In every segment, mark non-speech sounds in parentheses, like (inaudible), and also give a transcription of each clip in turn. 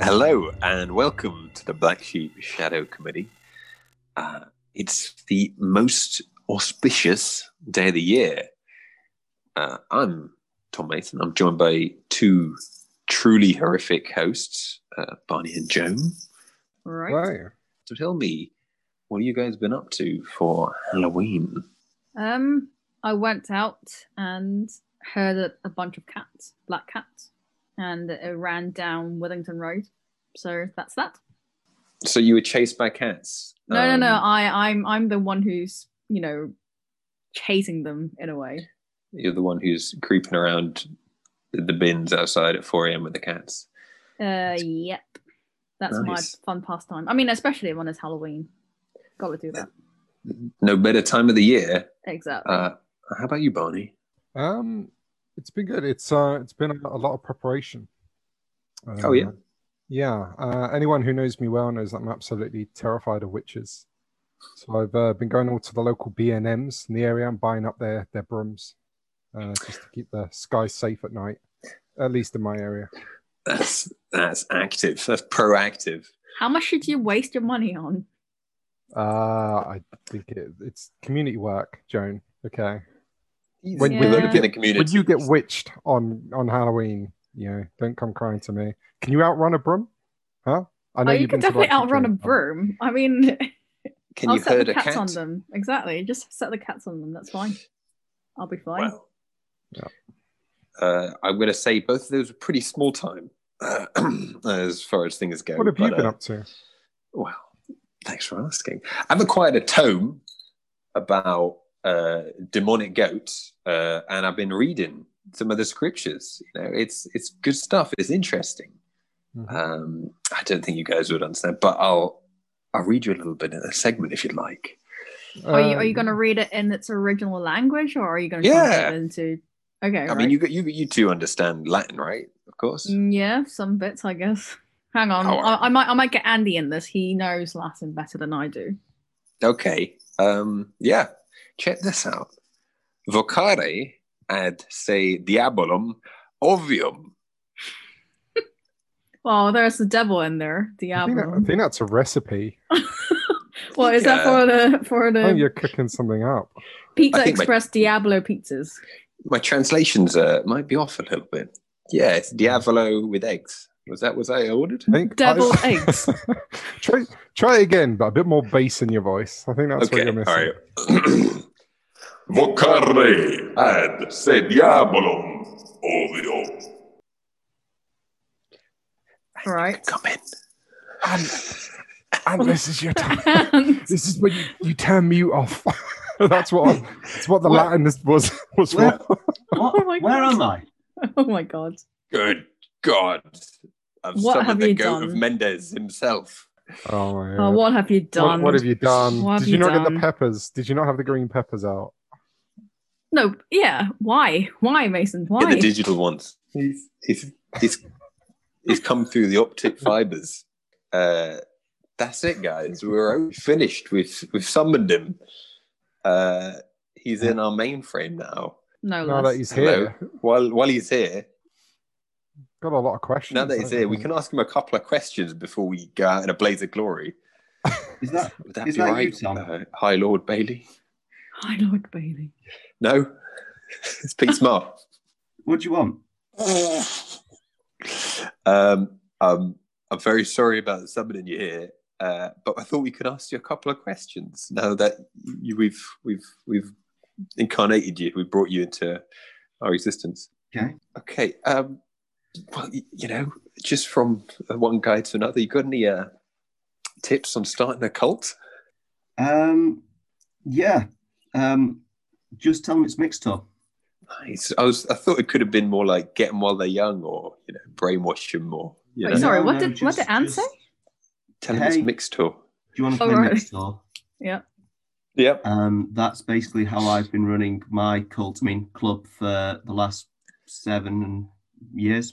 Hello and welcome to the Black Sheep Shadow Committee. Uh, it's the most auspicious day of the year. Uh, I'm Tom Mason. I'm joined by two truly horrific hosts, uh, Barney and Joan. All right. Right. So tell me, what have you guys been up to for Halloween? Um, I went out and heard a, a bunch of cats, black cats, and it ran down Wellington Road. So that's that. So you were chased by cats? No, Um, no, no. I, I'm, I'm the one who's, you know, chasing them in a way. You're the one who's creeping around the bins outside at 4 a.m. with the cats. Uh, yep. That's Nice. my fun pastime. I mean, especially when it's Halloween. Got to do that. No better time of the year. Exactly. Uh, how about you, Barney? Um, it's been good. It's uh, it's been a, a lot of preparation. Oh, yeah? Uh, yeah. Uh, anyone who knows me well knows that I'm absolutely terrified of witches. So I've uh, been going all to the local B and M's in the area and buying up their their brooms, uh, just to keep the sky safe at night. At least in my area. That's that's active. That's proactive. How much should you waste your money on? Uh, I think it, it's community work, Joan. Okay. When- when you Look get- in the community, When you get witched on on Halloween, you know, don't come crying to me. Can you outrun a broom? Huh? I Oh, you you've can been to, um, definitely like, the outrun a Dream Farm. broom. I mean, (laughs) can I'll you set herd the a cats cat? on them. Exactly. Just set the cats on them. That's fine. I'll be fine. Wow. Yeah. Uh, I'm going to say both of those were pretty small time (clears throat) uh, as far as things go. What have you but, been uh, up to? Well, thanks for asking. I've acquired a tome about uh, demonic goats, uh, and I've been reading some of the scriptures. You know, it's it's good stuff. It's interesting. Mhm. Um, I don't think you guys would understand, but I'll I'll read you a little bit in a segment if you'd like. Are you are you Um, going to read it in its original language, or are you going to Yeah. translate it into? Okay. I mean, you got- you you two understand Latin, right? Of course. Mm, yeah, some bits, I guess. (laughs) Hang on, Oh, I, I might I might get Andy in this. He knows Latin better than I do. Okay. Um, yeah. Check this out. Vocare ad se diabolum ovium. Well, Oh, there's the devil in there, I think, that- I Diablo. think that's a recipe. Well, is that for the for I think the you're cooking something up. I Pizza think my- Express Diablo pizzas? my translations uh, might be off a little bit. Yeah, it's Diavolo with eggs. Was that was I (clears throat) ordered? I think Deviled eggs. (laughs) try try again, but a bit more bass in your voice. I think that's what okay, you're all missing. right. Vocare ad se diabolum ovio. All right. Come in. And this is your time. (laughs) And- This is when you, you turn mute off. (laughs) that's what that's what the Well- Latin is- was was Well- for. What? Oh my Where God. am I? (laughs) oh my god! Good God! I've What summoned have the you goat of done? Mendez himself. Oh my Oh, God. what have you What, done? what have you done? What have Did you, you not get the done? peppers? Did you not have the green peppers out? No, yeah. Why? Why, Mason? Why? Get the digital ones. He's he's he's, he's come through the optic fibers. Uh, that's it, guys. We're finished. We've we've summoned him. Uh, he's in our mainframe now. no, Now less. (laughs) that he's Hello. here, While while he's here, got a lot of questions. Now that he's haven't here, we you? can ask him a couple of questions before we go out in a blaze of glory. Is that Would that Is be that right, you, Tom? uh, High Lord Bailey? Hi, Lord Bailey. No, (laughs) it's Pete Smart. (laughs) what do you want? um, um, I'm very sorry about summoning you here, uh, but I thought we could ask you a couple of questions. Now that you, we've we've we've incarnated you, we've brought you into our existence. Okay. Okay. Um, well, y- you know, just from uh, one guy to another, you got any uh, tips on starting a cult? Um, yeah. Um, just tell them it's mixed up. Nice. I was. I thought it could have been more like get them while they're young, or you know, brainwash them more. You Wait, know, sorry. what no, did- what did Anne say? Do tell them it's Hey. mixed tour. you want to Oh, play right. mixed up? Yeah. Yep. Um, that's basically how I've been running my cult, I mean, club for the last seven years.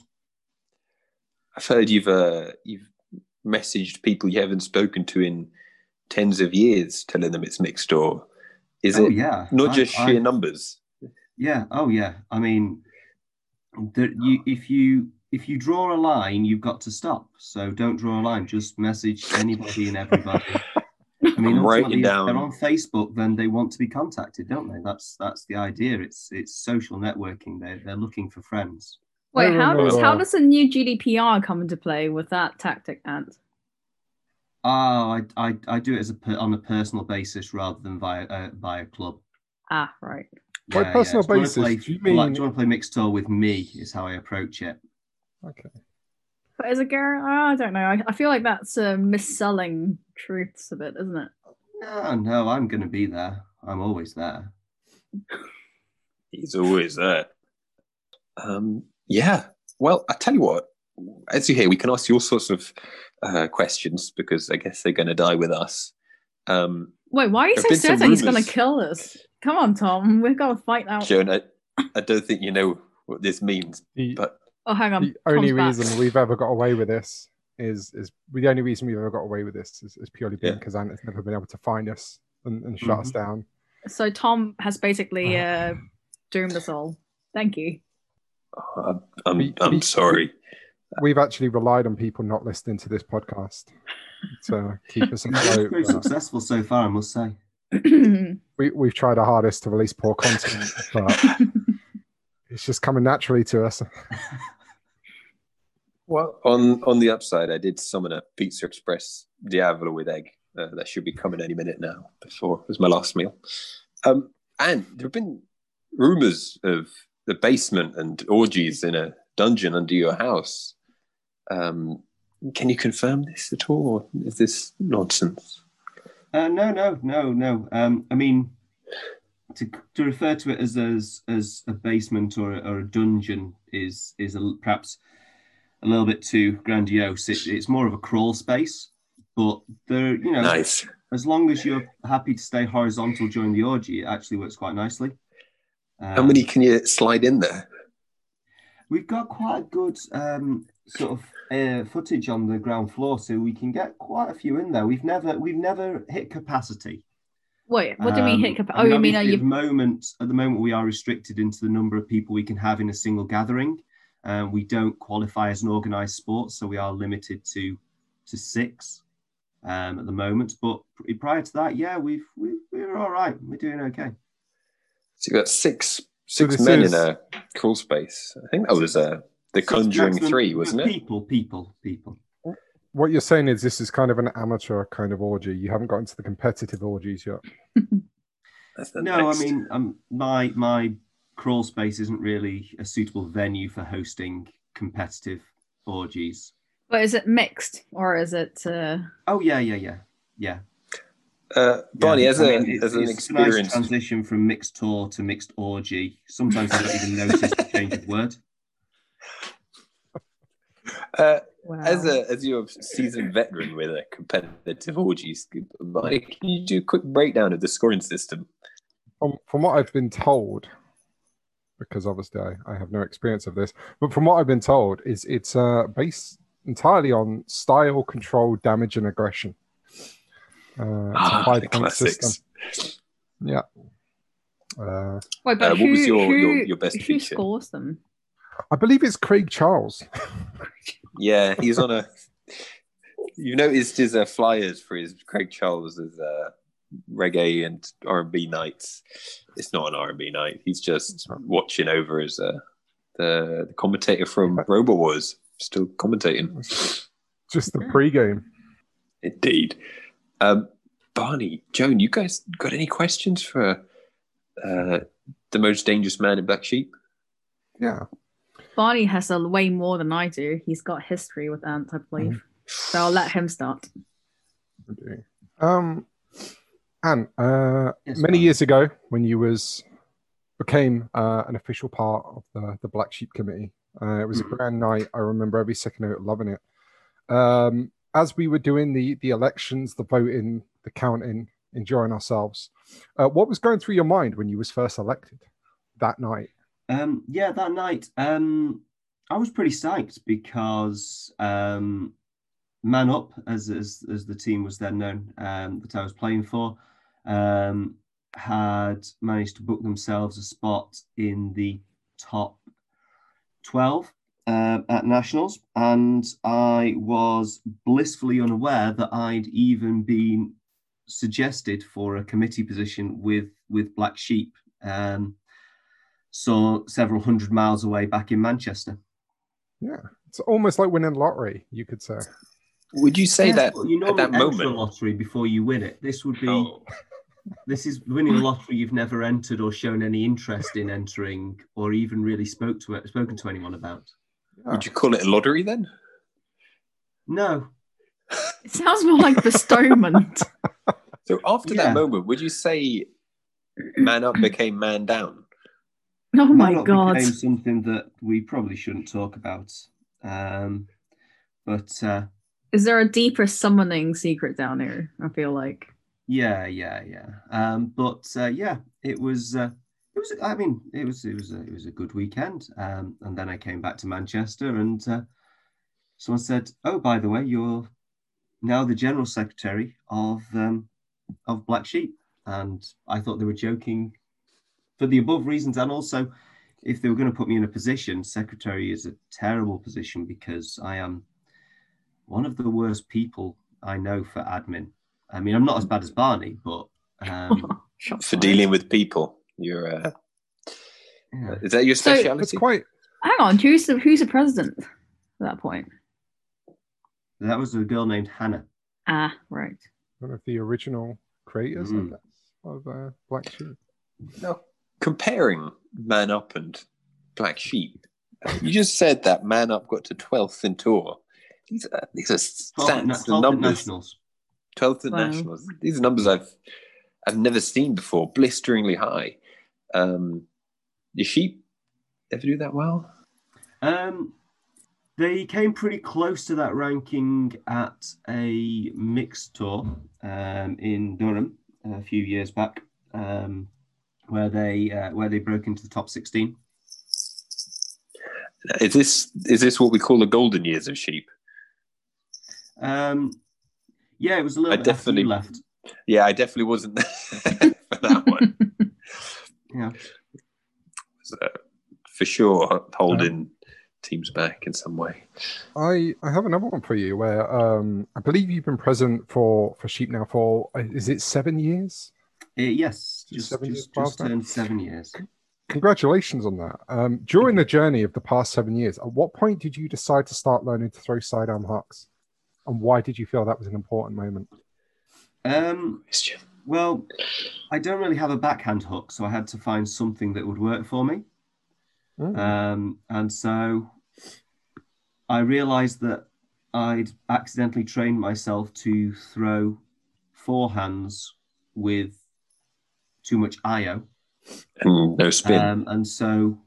I've heard you've uh, you've messaged people you haven't spoken to in tens of years, telling them it's mixed or is oh, it yeah. not I- just I- sheer numbers? Yeah. Oh, yeah. I mean, that you if you if you draw a line, you've got to stop. So don't draw a line. Just message anybody and everybody. I mean, I'm writing ultimately, if down- they're on Facebook, then they want to be contacted, don't they? That's that's the idea. It's it's social networking. They they're looking for friends. Wait, No, no, how no, does no. how does the new GDPR come into play with that tactic, Ant? Oh, I I, I do it as a per, on a personal basis rather than via uh, via club. Ah, right. By personal Do you wanna basis, play- do you like, mean- do you want to play mixed tour with me? Is how I approach it. Okay. But is it Garrett? I don't know. I, I feel like that's uh, misselling truths a bit, isn't it? No, no, I'm going to be there. I'm always there. He's always there. Um, yeah. Well, I tell you what. As you hear, we can ask you all sorts of uh, questions because I guess they're going to die with us. Um, Wait, why are you There've so been some certain he's going rumours. to kill us? Come on, Tom. We've got to fight out. Joan, I, I don't think you know what this means. The, But- Oh, hang on. the only Tom's reason back. we've ever got away with this is is the only reason we've ever got away with this is, is purely Yeah. Mm-hmm. because Anna's never been able to find us and, and shut us down. So Tom has (laughs) basically uh, doomed us all. Thank you. (clears throat) I'm, I'm, Be- I'm be- sorry. (sighs) We've actually relied on people not listening to this podcast to keep (laughs) us afloat. Very but successful so far, I must say. we, we've tried our hardest to release poor content, (laughs) but it's just coming naturally to us. Well, on on the upside, I did summon a Pizza Express Diavolo with egg uh, that should be coming any minute now. Before it was my last meal, um, and there have been rumors of the basement and orgies in a dungeon under your house. Um, can you confirm this at all? Or is this nonsense? Uh, no, no, no, no. Um, I mean, to, to refer to it as as, as a basement or, a- or a dungeon is is a, l- perhaps a little bit too grandiose. It, it's more of a crawl space, but there, you know, Nice. as long as you're happy to stay horizontal during the orgy, it actually works quite nicely. Um, How many can you slide in there? We've got quite a good um, sort of uh, footage on the ground floor, so we can get quite a few in there. We've never we've never hit capacity. Wait, what do we Um, hit? Capa- I oh, you mean are obviously at you? the moment at the moment we are restricted into the number of people we can have in a single gathering. Um, we don't qualify as an organised sport, so we are limited to to six um, at the moment. But pr- prior to that, yeah, we've we, we're all right. We're doing okay. So you've got six six this men is- in a crawl space. I think that was uh, the Six Conjuring maximum- Three, wasn't it? People, people, people. What you're saying is this is kind of an amateur kind of orgy. You haven't got into the competitive orgies yet. That's the No, I next. mean, um, my my crawl space isn't really a suitable venue for hosting competitive orgies. But is it mixed or is it? Uh... Oh yeah, yeah, yeah, yeah. Uh, Barney, yeah. as, I a, mean, it's- as an it's a nice experienced, transition from mixed tour to mixed orgy. Sometimes I don't even notice the change of word. uh, Wow. as Um, a as your seasoned veteran with a competitive orgies, Barney, can you do a quick breakdown of the scoring system? from, from what I've been told, because obviously I, I have no experience of this, but from what I've been told, is it's uh, based entirely on style, control, damage, and aggression. Uh, it's a Ah, five the point classics. system. Yeah. Uh, Wait, but uh, who, what was your- who, your- your best who feature? scores them? I believe it's Craig Charles. Yeah, he's on a. You noticed his uh, flyers for his Craig Charles's uh, reggae and R and B nights. It's not an R and B night. He's just watching over his uh, the the commentator from Robo Wars still commentating. Just the pre-game. Indeed. Um, Barney, Joan, you guys got any questions for uh, the most dangerous man in Black Sheep? Yeah. Barney has a way more than I do. He's got history with ants, I believe. Mm-hmm. So I'll let him start. we do. Um, and uh, Yes, many ma'am. years ago, when you was became uh, an official part of the, the Black Sheep Committee, uh, it was a Mm. grand night. I remember every second of it, loving it. Um, as we were doing the the elections, the voting, the counting, enjoying ourselves, uh, what was going through your mind when you was first elected that night? Um, yeah, that night, um, I was pretty psyched because um, Man Up, as, as as the team was then known um, that I was playing for, um, had managed to book themselves a spot in the top twelve, uh, at nationals, and I was blissfully unaware that I'd even been suggested for a committee position with with Black Sheep. Um, so several hundred miles away, back in Manchester. Yeah, it's almost like winning lottery, you could say. Would you say Yes, that but you at normally that enter moment? a lottery before you win it. This would be Oh, this is winning a lottery you've never entered or shown any interest in entering, or even really spoke to spoken to anyone about. Would you call it a lottery then? No, It sounds more like (laughs) bestowment. So after Yeah. that moment, would you say man up became man down? (laughs) oh my Monarch god. became something that we probably shouldn't talk about. Um, but uh, Is there a deeper summoning secret down here? I feel like. yeah, yeah, yeah. Um, but uh, yeah, it was. Uh, it was. I mean, it was. It was. A, it was a good weekend. Um, and then I came back to Manchester, and uh, someone said, "Oh, by the way, you're now the general secretary of um, of Black Sheep." And I thought they were joking for the above reasons, and also if they were going to put me in a position, secretary is a terrible position because I am one of the worst people I know for admin. I mean, I'm not as bad as Barney, but um, (laughs) Shots For fired. dealing with people, you're. Uh, yeah. is that your So- It's speciality? quite Hang on, who's the who's the president at that point? that was a girl named Hannah. Ah, right. one of the original creators I Mm. guess, of uh, Black Sheep. Now, comparing Man Up and Black Sheep, you just said that Man Up got to 12th in tour. These are, these are Twelfth stats na- and 12th at numbers. Oh, nationals. 12th at Wow. Nationals. These are numbers I've I've never seen before, blisteringly high. Um, the sheep ever do that well? Um, they came pretty close to that ranking at a mixed tour um, in Durham a few years back, um, where they uh, where they broke into the top sixteen. Is this is this what we call the golden years of sheep? Um, yeah, it was a little I bit after you definitely- left. Yeah, I definitely wasn't (laughs) there for that one. (laughs) Yeah. So, for sure, holding Uh-huh. teams back in some way. I, I have another one for you where um, I believe you've been present for, for Sheep now for, uh, is it seven years? Uh, yes, Just just seven years just, past just that? turned (laughs) seven years. Congratulations on that. Um, during the journey of the past seven years, at what point did you decide to start learning to throw sidearm hucks? And why did you feel that was an important moment? Um, Question. well, I don't really have a backhand hook, so I had to find something that would work for me. Oh. Mm. Um, and so I realized that I'd accidentally trained myself to throw forehands with too much IO. And no spin. Um, and so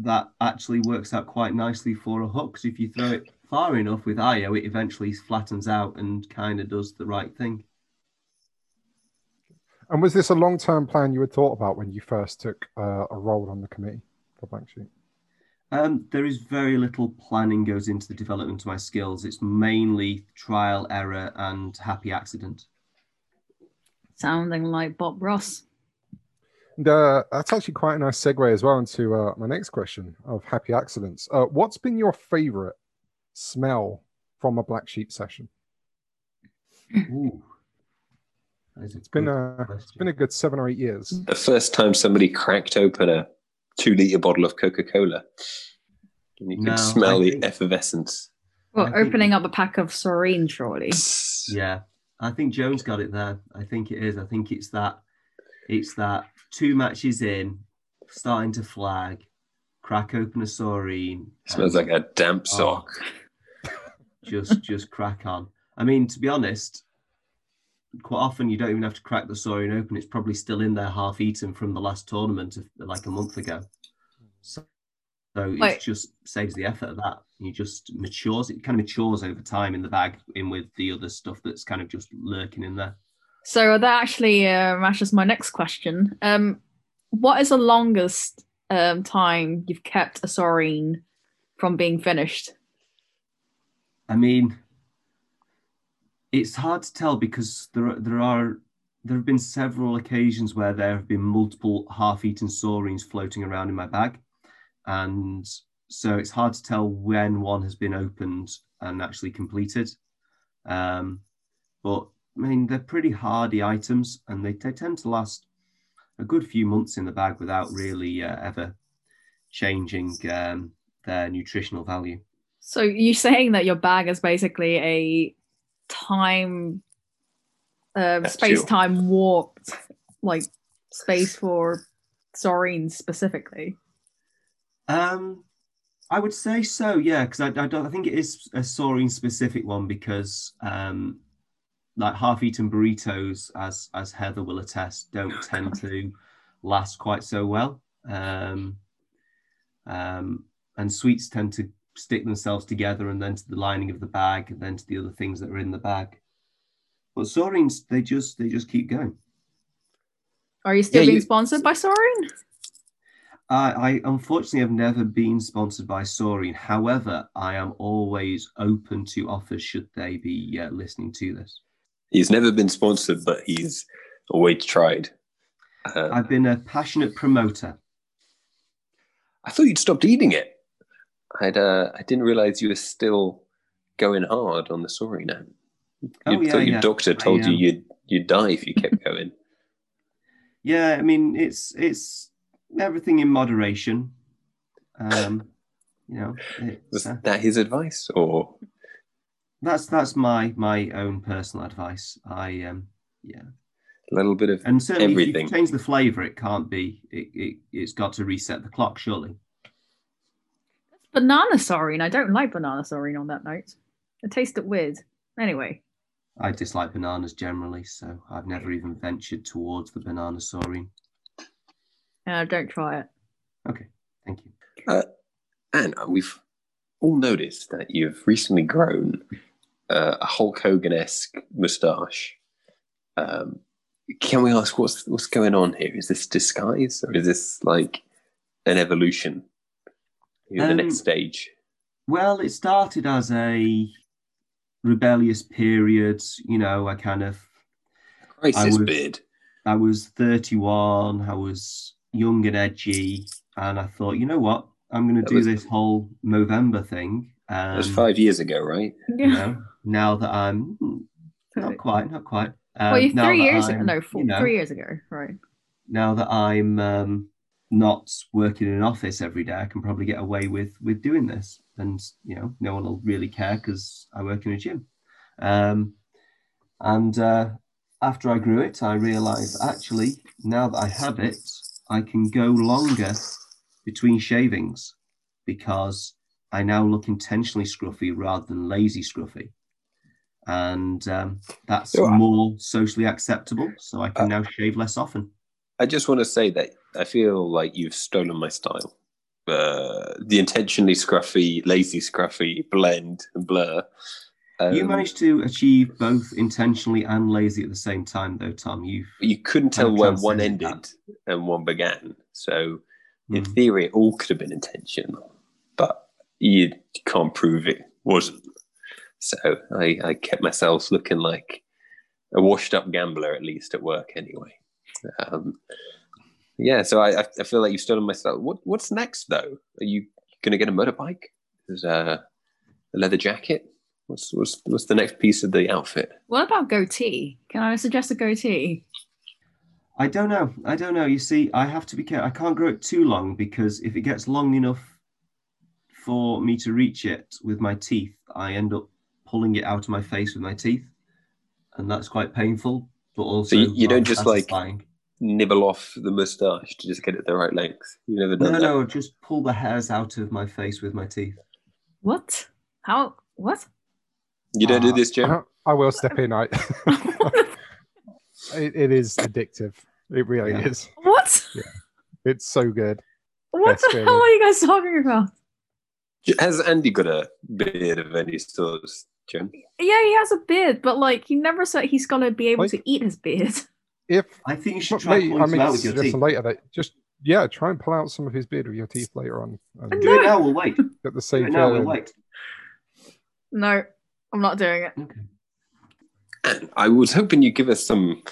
that actually works out quite nicely for a hook. 'cause if you throw it far enough with IO, it eventually flattens out and kind of does the right thing. And was this a long term plan you had thought about when you first took uh, a role on the committee for Blank Sheep? Um, there is very little planning goes into the development of my skills. It's mainly trial, error, and happy accident. Sounding like Bob Ross. And uh, that's actually quite a nice segue as well into uh, my next question of happy accidents. Uh, what's been your favorite smell from a Black Sheep session? Ooh. That is a It's been good a, it's question. been a good seven or eight years. the first time somebody cracked open a two liter bottle of Coca Cola, and you could No, smell I the think- effervescence. Well, I think- opening up a pack of Soreen, surely. Yeah, I think Jones got it there. I think it is. I think it's that. It's that two matches in, starting to flag, crack open a saurine. Smells and like a damp Oh. sock. just (laughs) just crack on. I mean, to be honest, quite often you don't even have to crack the saurine open. It's probably still in there, half eaten from the last tournament of like a month ago. So, so Wait. it just saves the effort of that. You just matures. It kind of matures over time in the bag, in with the other stuff that's kind of just lurking in there. So that actually uh, matches my next question. Um, what is the longest um, time you've kept a Soreen from being finished? I mean, it's hard to tell because there are- there are there have been several occasions where there have been multiple half-eaten saurines floating around in my bag, and so it's hard to tell when one has been opened and actually completed. Um, but I mean, they're pretty hardy items, and they, they tend to last a good few months in the bag without really uh, ever changing um, their nutritional value. So you're saying that your bag is basically a time, um, Capsule. space time warped, like space for Soreen specifically. Um, I would say so, yeah, because I, I don't. I think it is a soaring specific one because, um, like half-eaten burritos, as as Heather will attest, don't tend to last quite so well. Um, um, and sweets tend to stick themselves together, and then to the lining of the bag, and then to the other things that are in the bag. But soarings, they just they just keep going. Are you still Yeah, being you- sponsored by Soreen? I, I unfortunately have never been sponsored by Soaring. However, I am always open to offers should they be uh, listening to this. He's never been sponsored, but he's always tried. Uh, I've been a passionate promoter. I thought you'd stopped eating it. I'd uh, I didn't realize you were still going hard on the sorry now. Oh, you yeah, thought your yeah. doctor told um, you you'd you'd die if you (laughs) kept going. Yeah, I mean it's it's everything in moderation. Um, you know, it- Was uh, that his advice, or that's that's my my own personal advice. I um yeah, a little bit of? and certainly if Everything. you change the flavour, it can't be. It, it it's got to reset the clock, surely. Banana Soreen. I don't like banana Soreen on that note. It tasted weird. Anyway, I dislike bananas generally, so I've never even ventured towards the banana saurine. uh, don't try it. (laughs) Thank you. And we've all noticed that you've recently grown uh, a Hulk Hogan esque moustache. Um, can we ask what's what's going on here? Is this disguise, or is this like an evolution? You're the Um, next stage. Well, it started as a rebellious period, you know, I kind of Crisis would- beard. I was 31, I was young and edgy, and I thought, you know what? I'm going That to do was- this whole Movember thing. Um, That was five years ago, right? you know, now that (laughs) I'm hmm, not quite, not quite. Um, well, you now three that years ago. I'm, No, four, you know, three years ago. Right. now that I'm um, not working in an office every day, I can probably get away with with doing this, and you know, no one will really care because I work in a gym. Um, and uh, after I grew it, I realised actually now that I have it, I can go longer between shavings because I now look intentionally scruffy rather than lazy scruffy. And um, that's So I- more socially acceptable. So I can now shave less often. I just want to say that I feel like you've stolen my style. Uh, the intentionally scruffy, lazy scruffy blend and blur. Um, you managed to achieve both intentionally and lazy at the same time, though, Tom. You you couldn't tell I'm where one transcending ended that. and one began. So in Mm. theory, it all could have been intentional, but you can't prove it wasn't. So I, I kept myself looking like a washed-up gambler, at least at work, anyway. Um, yeah, so I, I- I feel like you've stolen myself. What What's next, though? Are you going to get a motorbike? Is uh, a leather jacket? What's, what's What's the next piece of the outfit? What about goatee? Can I suggest a goatee? I don't know. I don't know. You see, I have to be careful. I can't grow it too long because if it gets long enough for me to reach it with my teeth, I end up pulling it out of my face with my teeth, and that's quite painful. But also, you- you don't rather just, like, (laughs) satisfying. nibble off the moustache to just get it the right length. You've never no, done that. no, just pull the hairs out of my face with my teeth. What? How? What? (laughs) (laughs) You don't do Uh, this, Jim. Uh-huh. I will step (laughs) in. I, it, it is addictive. It really Yeah. is. What? It's so good. What That's the very- hell are you guys talking about? Has Andy got a beard of any sort, Jim? Yeah, he has a beard, but like he never said he's gonna be able Like- to eat his beard. (laughs) If I think you should but try maybe, pulling I them make out a with your teeth. suggestion later that just yeah, try and pull out some of his beard with your teeth later on. And Do it now. We'll wait. Do get the (laughs) it same. now. We'll feeling. wait. No, I'm not doing it. Okay. And I was hoping you'd give us some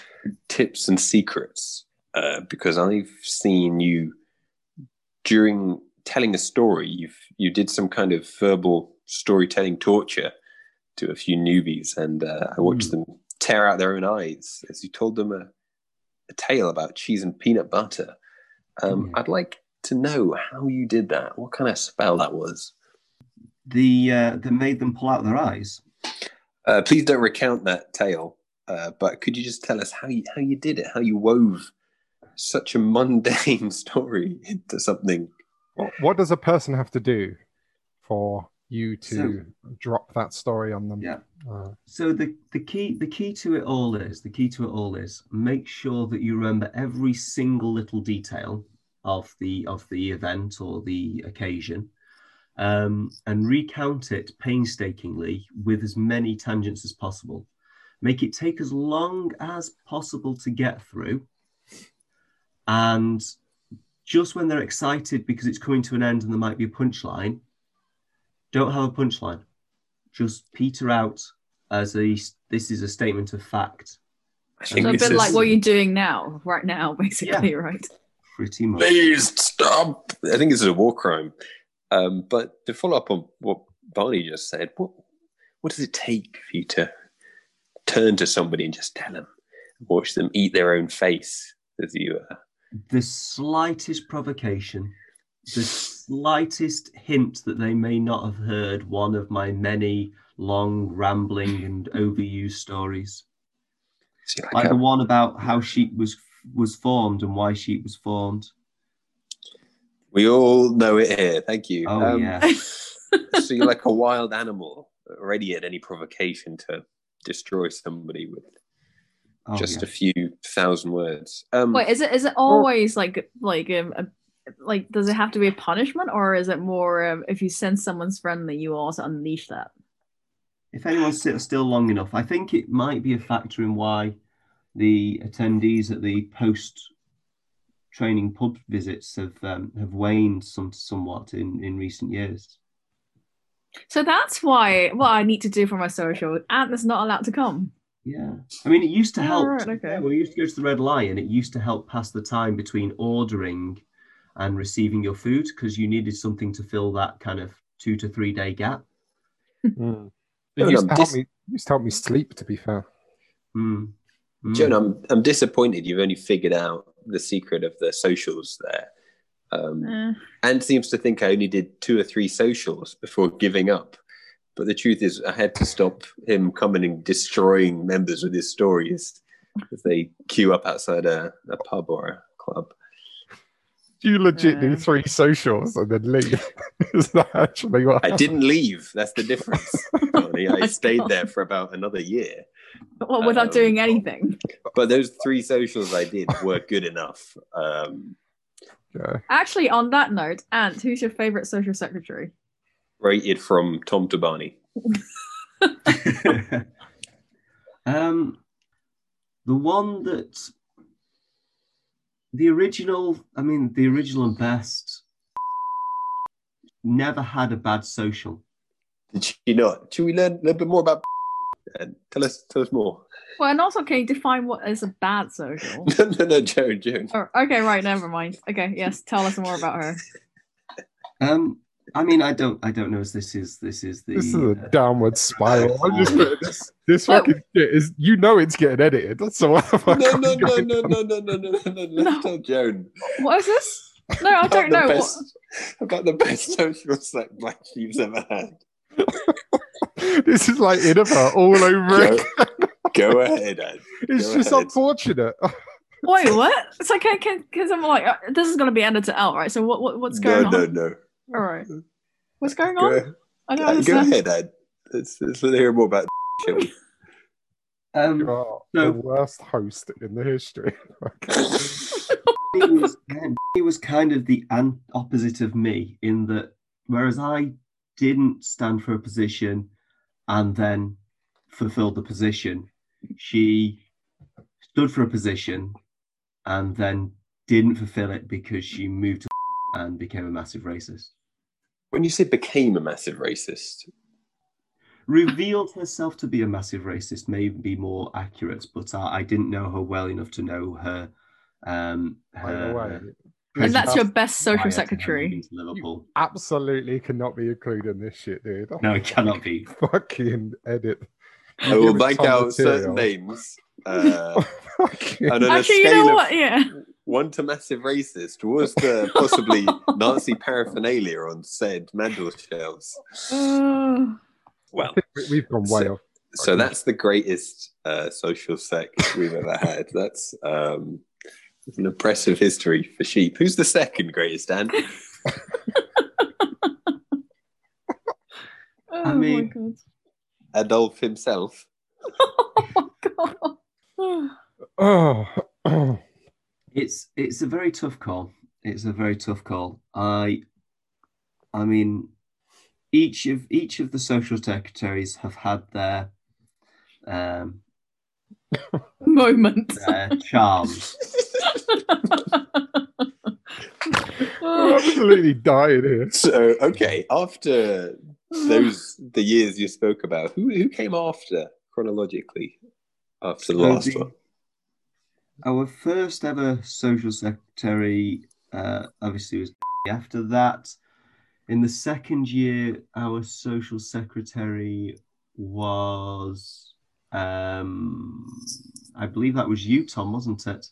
tips and secrets uh, because I've seen you during telling a story. You've you did some kind of verbal storytelling torture to a few newbies, and uh, I watched them tear out their own eyes as you told them a, a tale about cheese and peanut butter. Um, Mm. I'd like to know how you did that. What kind of spell that was? The uh, that made them pull out their eyes. Uh, please don't recount that tale, uh, but could you just tell us how you how you did it? How you wove such a mundane (laughs) story into something? What, what does a person have to do for you to drop that story on them? Yeah. Uh, So the, the key the key to it all is the key to it all is make sure that you remember every single little detail of the of the event or the occasion, um, and recount it painstakingly with as many tangents as possible. Make it take as long as possible to get through, and just when they're excited because it's coming to an end and there might be a punchline, don't have a punchline. Just peter out as a this is a statement of fact I think So a this bit is- like what you're doing now, right now, (laughs) basically, right? pretty much Please stop. I think this is a war crime. Um, but to follow up on what Barney just said, what what does it take for you to turn to somebody and just tell them, watch them eat their own face as you? Uh, the slightest provocation the slightest hint that they may not have heard one of my many long rambling and overused stories so you're like, like the uh, one about how sheep was was formed and why sheep was formed we all know it here. Thank you. oh Um, yeah so you're like a wild animal, ready at any provocation to destroy somebody with oh, just yeah. a few thousand words. Um, Wait, is it is it always like like um, a like does it have to be a punishment or is it more um, if you sense someone's friendly you also unleash that? if anyone sits still long enough i think it might be a factor in why the attendees at the post training pub visits have um, have waned some somewhat in in recent years So that's why what I need to do for my social. Ant is not allowed to come. yeah i mean it used to Oh, help right, okay. yeah, we used to go to the red lion it used to help pass the time between ordering and receiving your food because you needed something to fill that kind of two to three day gap mm. It Hold used on, to help this- me. it Used to help me sleep. To be fair. Mm. Mm. Joan, I'm I'm disappointed you've only figured out the secret of the socials there. Um, Eh. Anne seems to think I only did two or three socials before giving up. But the truth is, I had to stop him coming and destroying members with his stories as they queue up outside a, a pub or a club. You legit do Yeah. three socials and then leave. (laughs) Is that actually what? I happened? didn't leave. That's the difference. (laughs) Tony. I my stayed God. there for about another year. Well, without Um, doing anything. But those three socials I did were good enough. Um, (laughs) Yeah. Actually, on that note, Ant, who's your favorite social secretary? rated from Tom to Barney. (laughs) um, the one that the original, I mean, the original and best never had a bad social. Did she not? Should we learn a little bit more about? (laughs) Uh, tell us, tell us more. (laughs) Well, and also, can you define what is a bad social? no, no, no, Joan, (laughs) Joan. or, okay, right, never mind. Okay, yes, tell us more about her. Um, I mean, I don't, I don't know if this is this is the. This is a uh, downward spiral. I'm just putting this. This Oh. fucking shit is. You know it's getting edited. That's all. No, no, no, no, no, no, no, no, no, no. No. Let's tell Joan. What is this? No, I about don't the know. What, Best, about the best (laughs) social site black sheep's ever had. This is like Innova (laughs) all over Go, again. go ahead, Anne. It's go just ahead. unfortunate. Oh, wait, what? So can can because I'm like uh, this is gonna be edited out, right? So what, what (laughs) what's No, going no, on? no. All right, what's going Go, on? ahead. I don't Uh, go understand. ahead, Anne. Let's, let's hear more about. shall we? You um, are No. the worst host in the history. he was kind- he was kind of the an- opposite of me in that whereas I didn't stand for a position and then fulfilled the position, she stood for a position and then didn't fulfill it because she moved to (laughs) and became a massive racist. (laughs) When you say became a massive racist, Revealed herself to be a massive racist may be more accurate, but I, I didn't know her well enough to know her um By her the way, And that's your best social Wyatt secretary. Hammonds, Liverpool. Absolutely cannot be included in this shit, dude. No, it cannot be. (laughs) Fucking edit. I will back Tom out material. certain (laughs) names. Uh, Fucking- and on a Actually, you know scale of what? Yeah. one to massive racist, was the possibly Nazi paraphernalia on said mantel shelves? Uh, Well, We- We've gone way So- off. so that's the greatest uh, social sec we've ever had. That's um, an oppressive history for sheep. Who's the second greatest, Dan? oh mean- Adolf himself. my god. Oh my Oh, It's it's a very tough call. It's a very tough call. I, I mean, each of each of the social secretaries have had their, um, god. (sighs) Moment. (laughs) their charms. I'm Oh absolutely dying here. So okay, after those the years you spoke about, who who came after chronologically after the Oh, last the- one? Our first ever social secretary, uh, obviously, was after that. In the second year, our social secretary was, um, I believe that was you, Tom, wasn't it?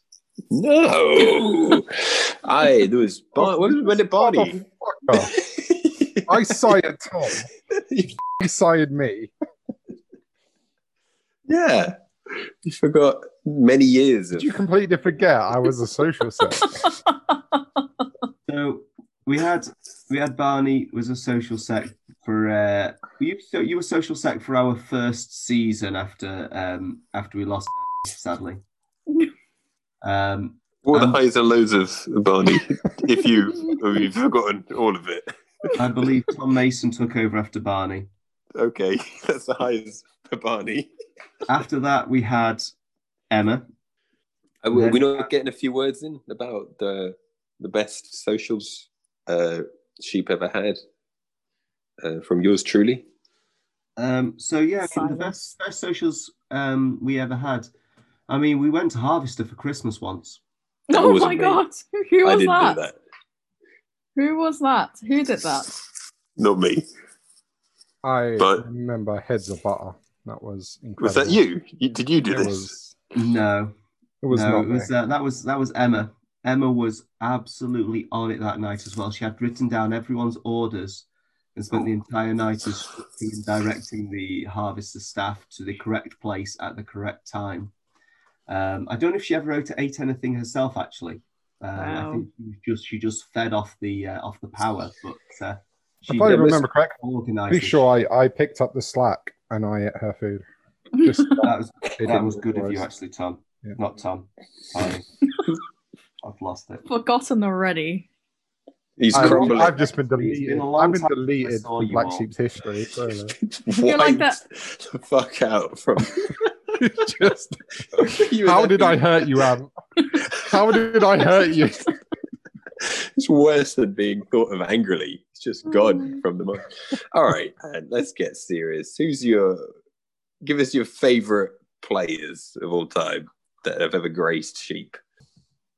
No, I there was Bar- when, when did Oh, Barney? Motherfucker. I sired Tom. He sired me. (laughs) yeah, you forgot many years of Did you completely forget I was a social set? (laughs) So we had we had Barney was a social sec for uh, you. So you were social sec for our first season after um, after we lost, (laughs) sadly. Um, all the Um, highs and lows of Barney. if you if you've forgotten all of it, I believe Tom Mason took over after Barney. okay, (laughs) that's the highs for Barney. After that, we had Emma. Are Uh, we, are we not getting a few words in about the the best socials uh, sheep ever had uh, from yours truly? Um, so yeah, I mean, the Silence. best, best socials um, we ever had. I mean, we went to Harvester for Christmas once. That oh wasn't my me. god. Who I was didn't that? do that. Who was that? Who did (laughs) that? Not me. I But- remember heads of butter. That was incredible. Was that you? you did you do It this? was. No, It was no, not it was uh, that was that was Emma. Emma was absolutely on it that night as well. She had written down everyone's orders and spent the entire night instructing and directing the harvester staff to the correct place at the correct time. Um, I don't know if she ever wrote or ate anything herself. Actually, uh, I Wow. think she was just she just fed off the uh, off the power, but uh, she If I Yeah, listen- remember correctly, organised. pretty it. sure I, I picked up the slack and I ate her (laughs) food. Just that was, it that didn't was good of realise. you, actually, Tom. Yeah. Not (laughs) Tom. Sorry. I've lost it. (laughs) Forgotten already. He's I've, crumbling. I've just been It's been a deleted. long I've been time since I deleted saw from you Black all. Sheep's (laughs) history. so, (laughs) uh, feel like Wiped the fuck out (laughs) from (laughs) just, You were how there. (laughs) did I hurt you, Ant? How did (laughs) I hurt you? Oh, (laughs) It's worse than being thought of angrily. It's just gone from the mind. All right, and let's get serious. Who's your? Give us your favorite players of all time that have ever graced sheep.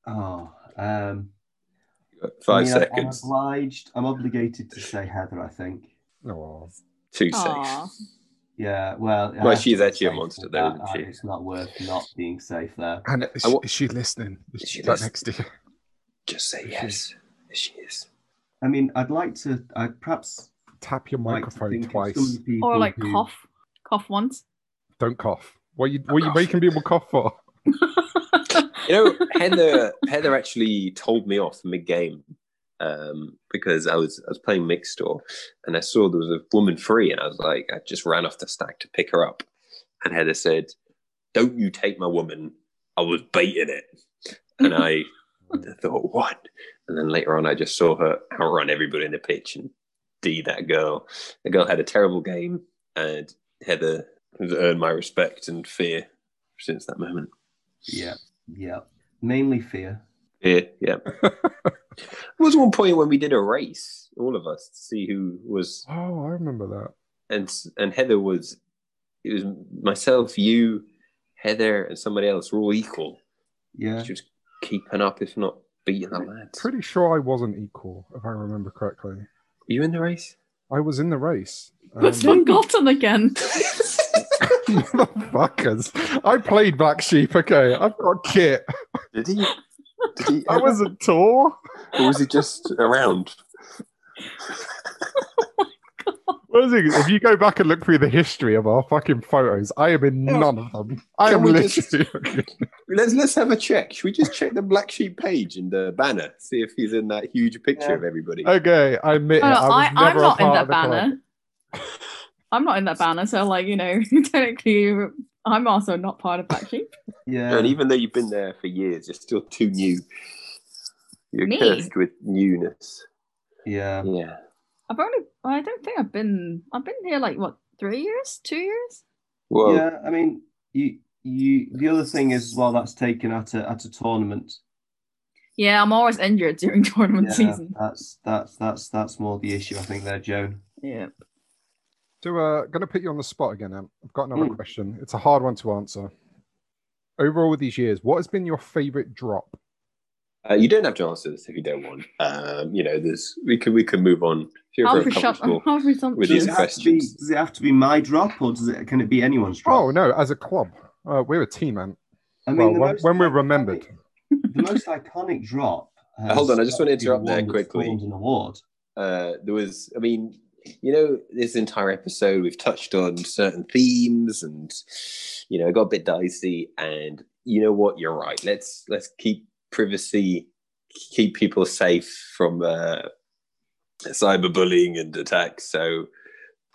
Oh, um, You've got Five I mean, I- seconds. I'm obliged. I'm obligated to say Heather. I think. Oh, Too Aw. safe. Yeah. Well. I Well, have to she's be actually a safe monster, with though, that, isn't she? and It's not worth not being safe there. and I- is, I wa- is she listening? Is She she right listen- next to you? Just say yes. There She is. I mean, I'd like to. I perhaps Tap your like to microphone think of twice. some people Or like who- cough. Cough once. Don't cough. What you what you cough. making people cough for? You know, Heather. Heather actually told me off mid game um, because I was I was playing mixed door and I saw there was a woman free and I was like I just ran off the stack to pick her up and Heather said, "Don't you take my woman? I was baiting it." And I thought, "What?" And then later on, I just saw her outrun everybody in the pitch and D that girl. The girl had a terrible game, and Heather has earned my respect and fear since that moment. Yeah. Yeah. Mainly fear. Yeah, (laughs) yeah. there was one point when we did a race, all of us, to see who was Oh, I remember that. and and Heather was. It was myself, you, Heather, and somebody else. We're all equal. Yeah. She was keeping up, if not beating the lads. Pretty sure I wasn't equal, if I remember correctly. Were you in the race? I was in the (laughs) race. Um, It's forgotten again. motherfuckers. I played Black Sheep. Okay, I've got kit. (laughs) Did he? Did he? I ever- was a tour. Or was he just around? What is it? If you go back and look through the history of our fucking photos, I am in Oh. Yeah. none of them. I Can am we literally. (laughs) Let's let's have a check. Should we just check the black sheep page and the banner? See if he's in that huge picture Yeah. of everybody. okay, I admit Oh, it. no, I was I, never I'm a not in part that of the club. banner. I'm not in that banner, so like you know, (laughs) technically, you're- I'm also not part of Black Sheep. Yeah. And even though you've been there for years, you're still too new. You're Me? cursed with newness. Yeah. Yeah. I've only, I don't think I've been, I've been here like what three years, two years. Well, Yeah. I mean, you you the other thing is as well that's taken at a at a tournament. Yeah, I'm always injured during (laughs) tournament Yeah, season. That's that's that's that's more the issue I think there, Joan. Yeah. So, uh, gonna put you on the spot again. Em. I've got another Hmm. Mm. question. It's a hard one to answer. Over all these years, what has been your favorite drop? uh, you don't have to answer this if you don't want. Um, you know, there's we can we can move on. If you're How very comfortable. (laughs) presumptuous. How with Does these it, presumptuous. have to be, questions. does it have to be my drop or does it can it be anyone's drop? Oh no, as a club, uh, we're a team, man. I well, the when- most when we're iconic- remembered. the most iconic drop. Uh, (laughs) hold on, I just want to has interrupt there won that's quickly. formed An award. uh, there was, I mean, you know, this entire episode we've touched on certain themes, and you know, it got a bit dicey. And you know what? You're right. Let's let's keep privacy, keep people safe from uh, cyberbullying and attacks. So,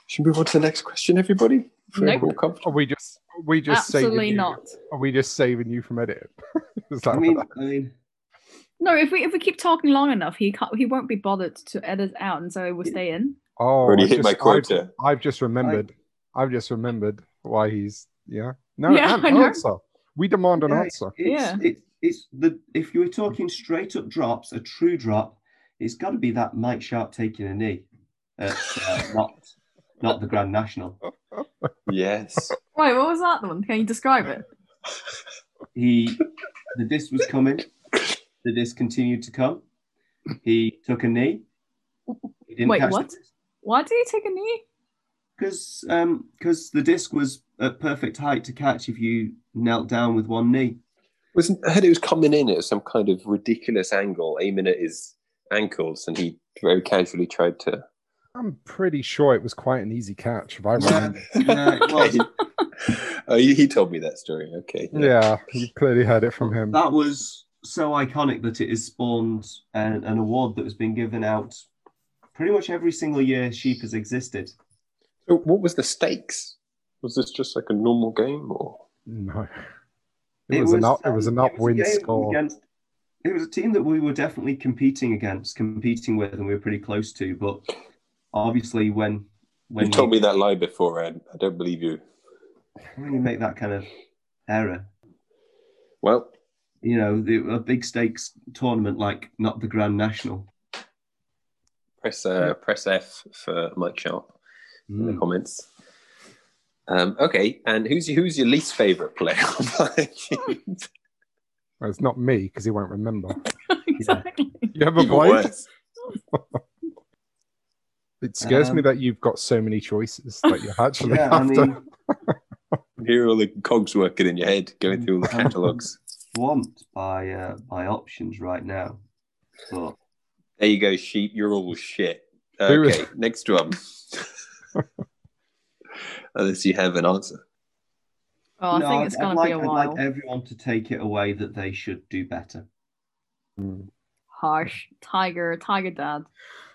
should we move on to the next question, everybody? If we're Nope. all comfortable. Are we just are we just Absolutely saving not. You, are we just saving you from (laughs) editing? Is that I what mean, that- I mean, No, if we if we keep talking long enough, he can't, he won't be bothered to edit out, and so it will stay in. oh, Already I've hit my I've- quota. I've, just remembered. I... have just remembered why he's yeah. No, Yeah, an I know. answer. We demand an Yeah. answer. it's, Yeah. it's it's the if you were talking straight up drops, a true drop, it's got to be that Mike Sharp taking a knee, at, (laughs) uh, not not the Grand National. Yes. (laughs) Right, what was that one? Can you describe it? he the disc was coming the disc continued to come he took a knee he didn't Wait, catch what? Why did he take a knee? (laughs) because um because the disc was at perfect height to catch if you knelt down with one knee Wasn't I heard it was coming in at some kind of ridiculous angle, aiming at his ankles, and he very casually tried to. I'm pretty sure it was quite an easy catch. If I yeah, remember. Um, yeah, it was. Okay. (laughs) oh, he, he told me that story. Okay. yeah, you clearly heard it from him. that was so iconic that it has spawned an, an award that has been given out pretty much every single year sheep has existed So what was the stakes? Was this just like a normal game, or No. It, was, an up, it was um, an it was a upwind game score. Against, it was a team that we were definitely competing against, competing with, and we were pretty close to. But obviously, when when you told me that lie before, Ed? I don't believe you. when you make that kind of error, Well, you know, the, a big stakes tournament like not the Grand National. press uh, press F for Mike Sharp in Hmm. the comments. Um, okay, and who's your- who's your least favorite player? (laughs) on Black Sheep? Well, it's not me because he (laughs) won't remember. exactly. You ever Even played? worse. It scares me Um, that you've got so many choices that (laughs) you actually Yeah, I have to. mean, Here are all the cogs working in your head, going through all the catalogs. swamped by uh, by options right now. But There you go, sheep. You're all shit. Who is- Okay, next (laughs) one. Unless you have an answer. Oh, I no, think it's I'd- I'd gonna like, be a I'd while. like everyone to take it away that they should do better. Harsh tiger, tiger dad. (laughs)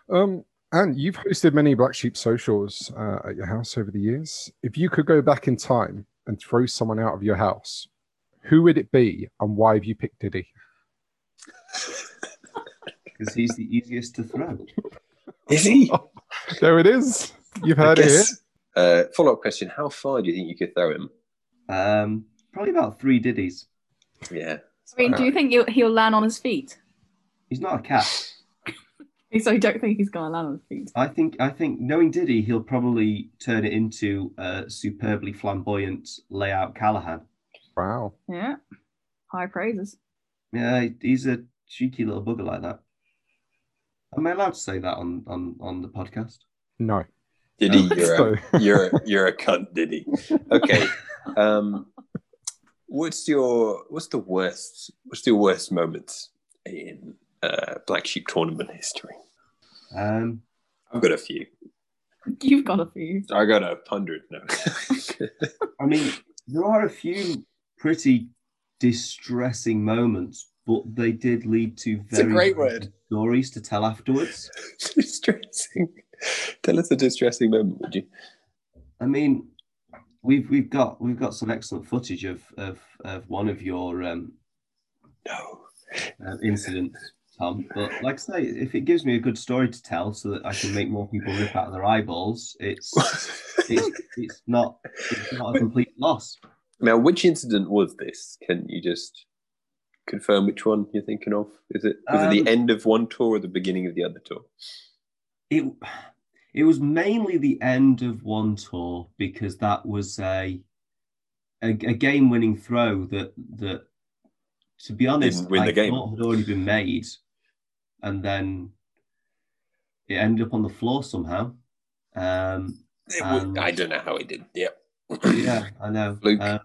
Um, and you've hosted many Black Sheep socials uh, at your house over the years. If you could go back in time and throw someone out of your house, who would it be and why have you picked Diddy? (laughs) because he's the easiest to throw. Is he? There it is. You've heard it. here. Uh, Follow up question: How far do you think you could throw him? Um, probably about three diddies. Yeah. I mean, do you think he'll, he'll land on his feet? He's not a cat. So you don't think he's gonna land on his feet? I think. I think knowing Diddy, he'll probably turn it into a superbly flamboyant layout Callahan. Wow. Yeah. High praises. Yeah, he's a cheeky little bugger like that. Am I allowed to say that on on on the podcast? No. Diddy, Um, you're Uh, (laughs) So, a, you're a- you're a cunt, Diddy. (laughs) Okay. Um, what's your what's the worst what's your worst moments in uh, Black Sheep tournament history? Um, I've got a few. You've got a few. I got a hundred (laughs) (laughs) now. I mean, there are a few pretty distressing moments, but they did lead to a very great good word. stories to tell afterwards. (laughs) distressing. Tell us a distressing moment, would you? I mean, we've we've got we've got some excellent footage of of, of one of your um, (laughs) No. uh, incidents, Tom. But like I say, if it gives me a good story to tell, so that I can make more people rip out their eyeballs, it's (laughs) it's, it's not it's not a complete loss. now, which incident was this? Can you just confirm which one you're thinking of? Is it was it Um, the end of one tour or the beginning of the other tour? it it was mainly the end of one tour because that was a a, game winning throw that that to be honest Didn't win I the game. thought had already been made and then it ended up on the floor somehow um It Um, would- I don't know how it did. Yep. (laughs) yeah i know Luke, Uh,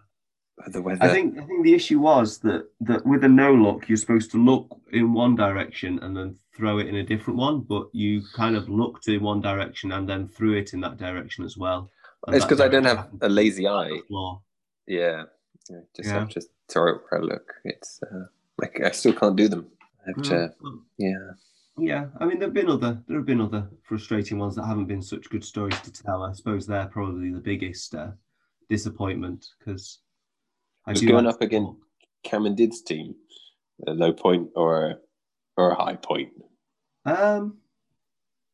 the weather. I think I think the issue was that that with a no look, you're supposed to look in one direction and then throw it in a different one, but you kind of looked in one direction and then threw it in that direction as well. And it's that because I don't direction have happened a to lazy be eye. the floor. Yeah. I Just Yeah. have to throw it where I look. It's uh, like I still can't do them. I have to. Well, Yeah. Hmm. Yeah, I mean there've been other there have been other frustrating ones that haven't been such good stories to tell. I suppose they're probably the biggest uh, disappointment because I Just do going like- up again. Cameron Did's team, a low point or a, or a high point. Um,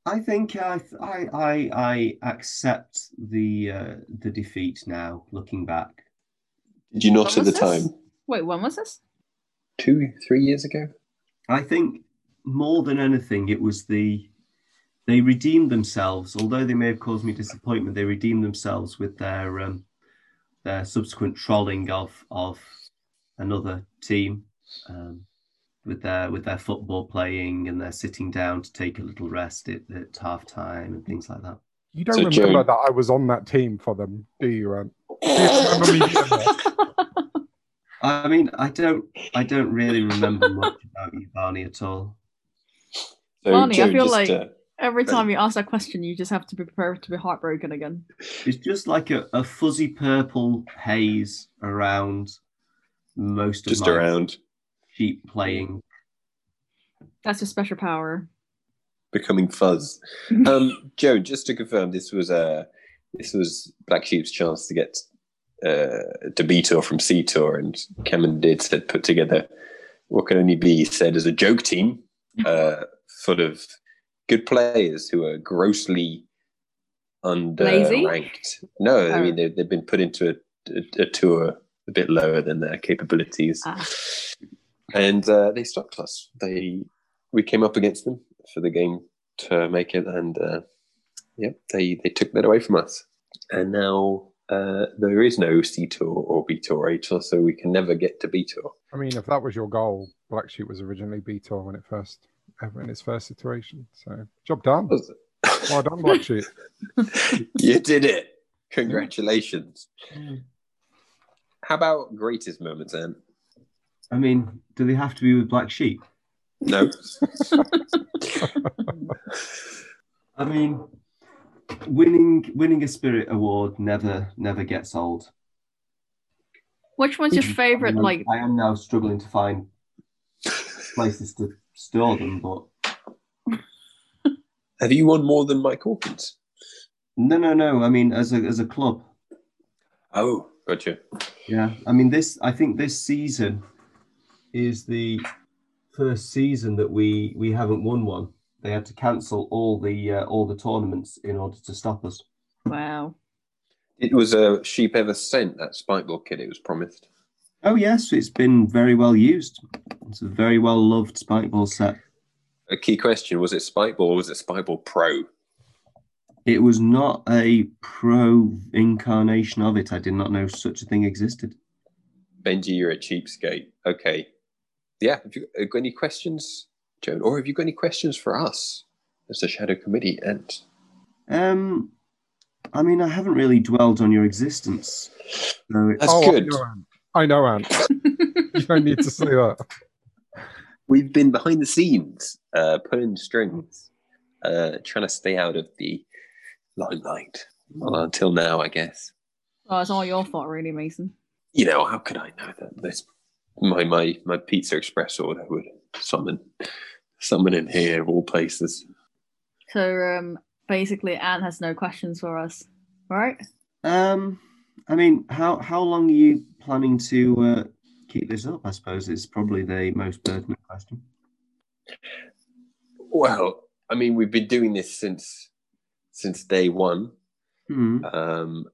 I think uh, I I I, I accept the uh, the defeat now. Looking back, Did you not What at the was this? time? Wait, when was this? Two, three years ago? I think more than anything, it was the they redeemed themselves. Although they may have caused me disappointment, they redeemed themselves with their um, their subsequent trolling of of another team. Um, with their with their football playing and their sitting down to take a little rest at, at half time and things like that. you don't So, remember Joe- that I was on that team for them, do (laughs) you, Ant? Do you remember me being there? I mean, I don't, I don't really remember much about you, Barney, at all. So Barney, I feel like- uh, (laughs) Every time you ask that question, you just have to be prepared to be heartbroken again. It's just like a, a fuzzy purple haze around most of just my around sheep playing. That's your special power. becoming (laughs) fuzz. Um, Joe, just to confirm, this was uh, this was Black Sheep's chance to get uh, to B tour from C tour, and Cameron did said put together what can only be said as a joke (laughs) team, uh, full of good players who are grossly Lazy? underranked. No, I Oh. mean they, they've been put into a, a, a tour a bit lower than their capabilities, Ah. and uh, they stopped us. They we came up against them for the game to make it, and uh, yep, they they took that away from us. And now uh, there is no C tour or B tour A tour, so we can never get to B tour. I mean, if that was your goal, Black Sheep was originally Beator when it first ever in its first iteration. So job done. Well done, Black Sheep. (laughs) you did it! Congratulations. How about greatest moments, Anne? I mean, do they have to be with black sheep? (laughs) No, I mean, winning winning a spirit award never never gets old. Which one's your favorite? I am- Like, I am now struggling to find places to store them, but have you won more than Mike Hawkins? no, no, no. I mean, as a as a club, Oh, gotcha. Yeah, I mean this. I think this season is the first season that we we haven't won one. They had to cancel all the uh, all the tournaments in order to stop us. wow, (laughs) It was a sheep ever sent that spikeball kit. It was promised. Oh yes, it's been very well used. It's a very well loved spike ball set. A key question: Was it spikeball or was it spikeball pro? It was not a pro incarnation of it. I did not know such a thing existed. Benji, you're a cheapskate. Okay. yeah, have you uh, got any questions, Joan, or have you got any questions for us as the Shadow Committee? And Um, I mean, I haven't really dwelled on your existence. So it, that's Oh, good. I know, Ant. I know, Ant. you don't need to say (laughs) that. We've been behind the scenes, uh, pulling strings, uh, trying to stay out of the limelight. Well, until now, I guess. Well, it's all your fault, really, Mason. You know, how could I know that this my my my pizza express order would summon someone in here of all places? So um, basically, Anne has no questions for us, right? um, I mean, how how long are you planning to uh, keep this up? I suppose is probably the most pertinent question. Well, I mean, we've been doing this since since day one. Hmm. um,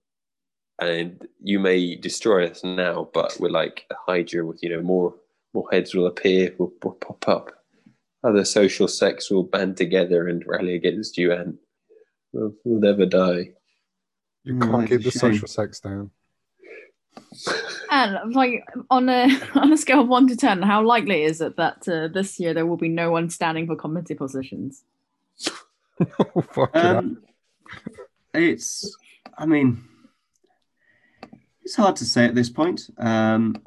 and you may destroy us now, but we're like a hydra with you know more more heads will appear, will, will pop up. Other social sects will band together and rally against you, and we'll, we'll never die. You Mm, can't it's keep a the shame. social sex down. (laughs) And like on a (laughs) on a scale of one to ten, how likely is it that uh, this year there will be no one standing for committee positions? oh, fuck Um, it's, I mean, it's hard to say at this point. Um,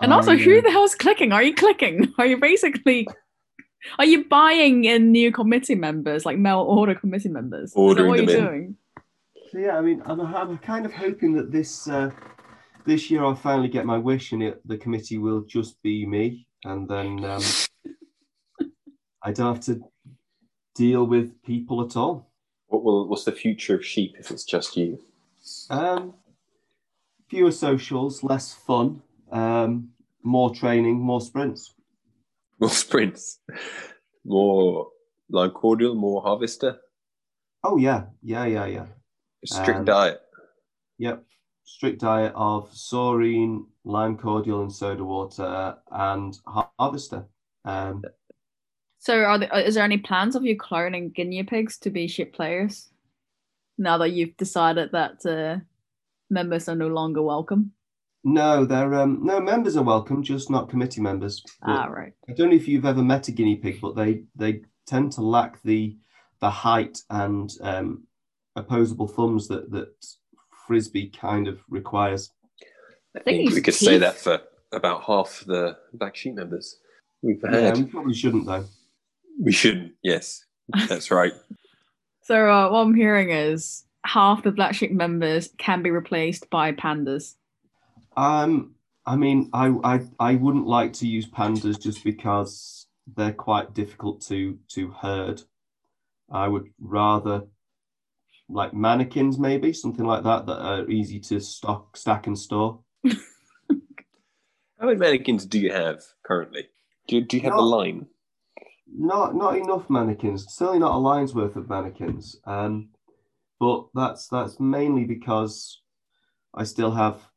And also, I, Oh, who uh, the hell's clicking? Are you clicking? (laughs) Are you basically? Are you buying in new committee members, like mail order committee members? Ordering Is that what them in. you're doing? So yeah, I mean, I'm, I'm kind of hoping that this uh, this year I'll finally get my wish, and it, the committee will just be me, and (laughs) then um, I don't have to deal with people at all. What will what's the future of sheep if it's just you? Um, fewer socials, less fun, um, more training, more sprints. More (laughs) sprints, more like cordial, more harvester, Oh yeah, yeah, yeah, yeah. strict Um, diet. Yep. Strict diet of saurine, lime cordial, and soda water, and har- harvester. Um, So, are there, is there any plans of you cloning guinea pigs to be ship players? Now that you've decided that uh, members are no longer welcome. no, they're um, no members are welcome, just not committee members. Ah, right. I don't know if you've ever met a guinea pig, but they they tend to lack the the height and um, opposable thumbs that that frisbee kind of requires. I think think we it's could say teeth. that for about half the black sheep members we've Yeah, had. we um, probably shouldn't though. we shouldn't. Yes, that's right. So, uh, what I'm hearing is half the Black Sheep members can be replaced by pandas. Um, I mean, I, I I wouldn't like to use pandas just because they're quite difficult to to herd. I would rather like mannequins, maybe something like that, that are easy to stock, stack, and store. How many mannequins do you have currently? Do you, do you have a Not- line? Not not enough mannequins. Certainly not a line's worth of mannequins. Um, but that's that's mainly because I still have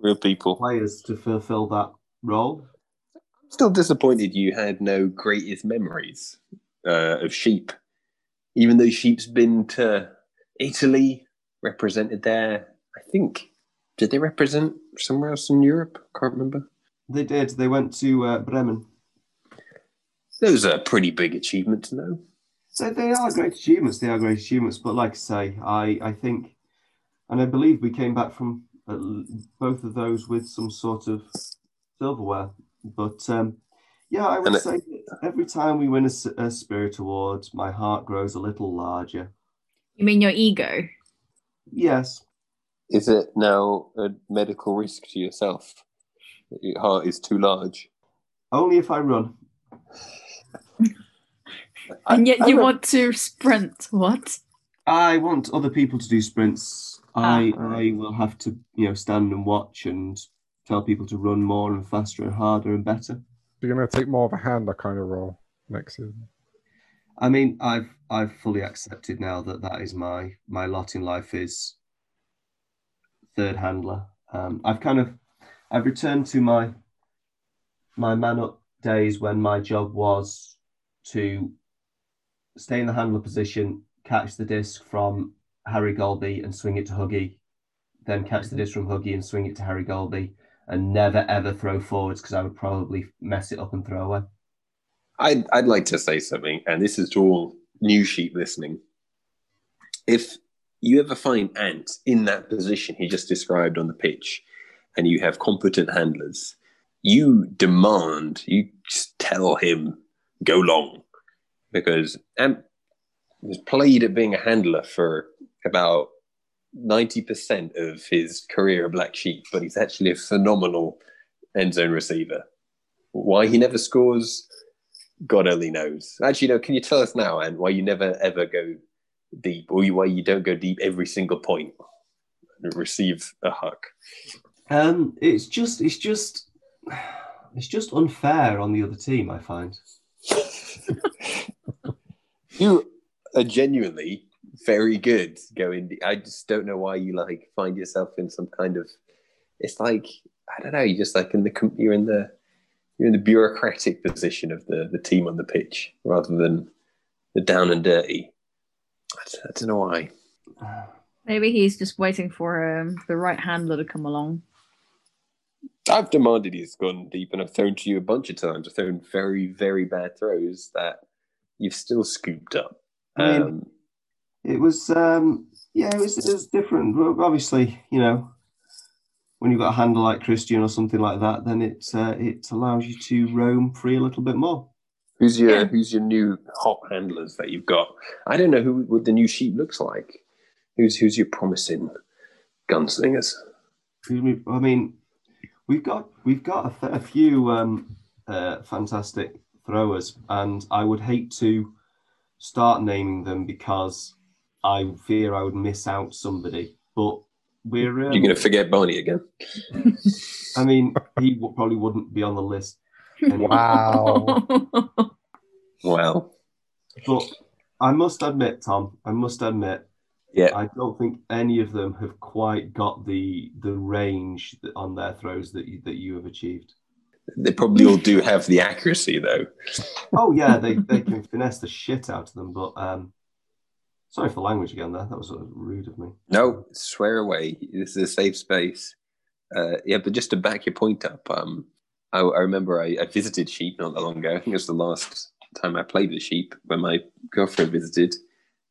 Real people. players to fulfill that role. I'm still disappointed you had no greatest memories uh, of sheep, even though sheep's been to Italy, represented there. I think did they represent somewhere else in Europe? Can't remember. They did. They went to uh, Bremen. Those are pretty big achievements, though. So they are great achievements. They are great achievements. But like I say, I, I think, and I believe we came back from uh, l- both of those with some sort of silverware. But um, yeah, I would And it- say that every time we win a, s- a spirit award, my heart grows a little larger. You mean your ego? Yes, Is it now a medical risk to yourself? that Your heart is too large. only if I run. And yet I you don't- want to sprint. What? I want other people to do sprints. I Ah. I will have to you know stand and watch and tell people to run more and faster and harder and better. You're going to take more of a handler kind of role next season. I mean, I've I've fully accepted now that that is my my lot in life is third handler. Um, I've kind of I've returned to my my man up days when my job was to stay in the handler position, catch the disc from Harry Golby and swing it to Huggy, then catch the disc from Huggy and swing it to Harry Golby, and never ever throw forwards because I would probably mess it up and throw away. I'd, I'd like to say something, and this is to all new sheep listening. If you ever find Ant in that position he just described on the pitch, and you have competent handlers, you demand, you just tell him, go long. Because Ant has played at being a handler for about 90% of his career at Black Sheep, but he's actually a phenomenal end zone receiver. Why he never scores, God only knows. Actually, no, can you tell us now, and why you never ever go deep, or why you don't go deep every single point and receive a huck? Um, it's just, it's just, it's just unfair on the other team. I find. You are genuinely very good going. I just don't know why you like find yourself in some kind of. It's like I don't know. You just like in the com- you're in the you're in the bureaucratic position of the the team on the pitch rather than the down and dirty. I don't, I don't know why. Maybe he's just waiting for um, the right handler to come along. I've demanded he's gone deep, and I've thrown to you a bunch of times. I've thrown very very bad throws that you've still scooped up. I mean, Um, It was, um, yeah, it was, it was different. Well, obviously, you know, when you've got a handle like Christian or something like that, then it uh, it allows you to roam free a little bit more. Who's your Yeah. Who's your new hot handlers that you've got? I don't know who what the new sheep looks like. Who's Who's your promising gunslingers? I mean, we've got we've got a, f- a few um, uh, fantastic throwers, and I would hate to start naming them because I fear I would miss out somebody. But we're um, You're going to forget Barney again. I mean, he w- probably wouldn't be on (laughs) the list. Anyway. Wow. Wow. But I must admit, Tom, I must admit, Yeah. I don't think any of them have quite got the the range that- on their throws that you, that you have achieved. They probably all do have the accuracy though. Oh (laughs) yeah, they, they can finesse the shit out of them. But um, sorry for language again. There, that was sort of rude of me. No, swear away. This is a safe space. Uh, yeah, but just to back your point up, um, I, I remember I, I visited sheep not that long ago. (laughs) I think it was the last time I played with sheep when my girlfriend visited.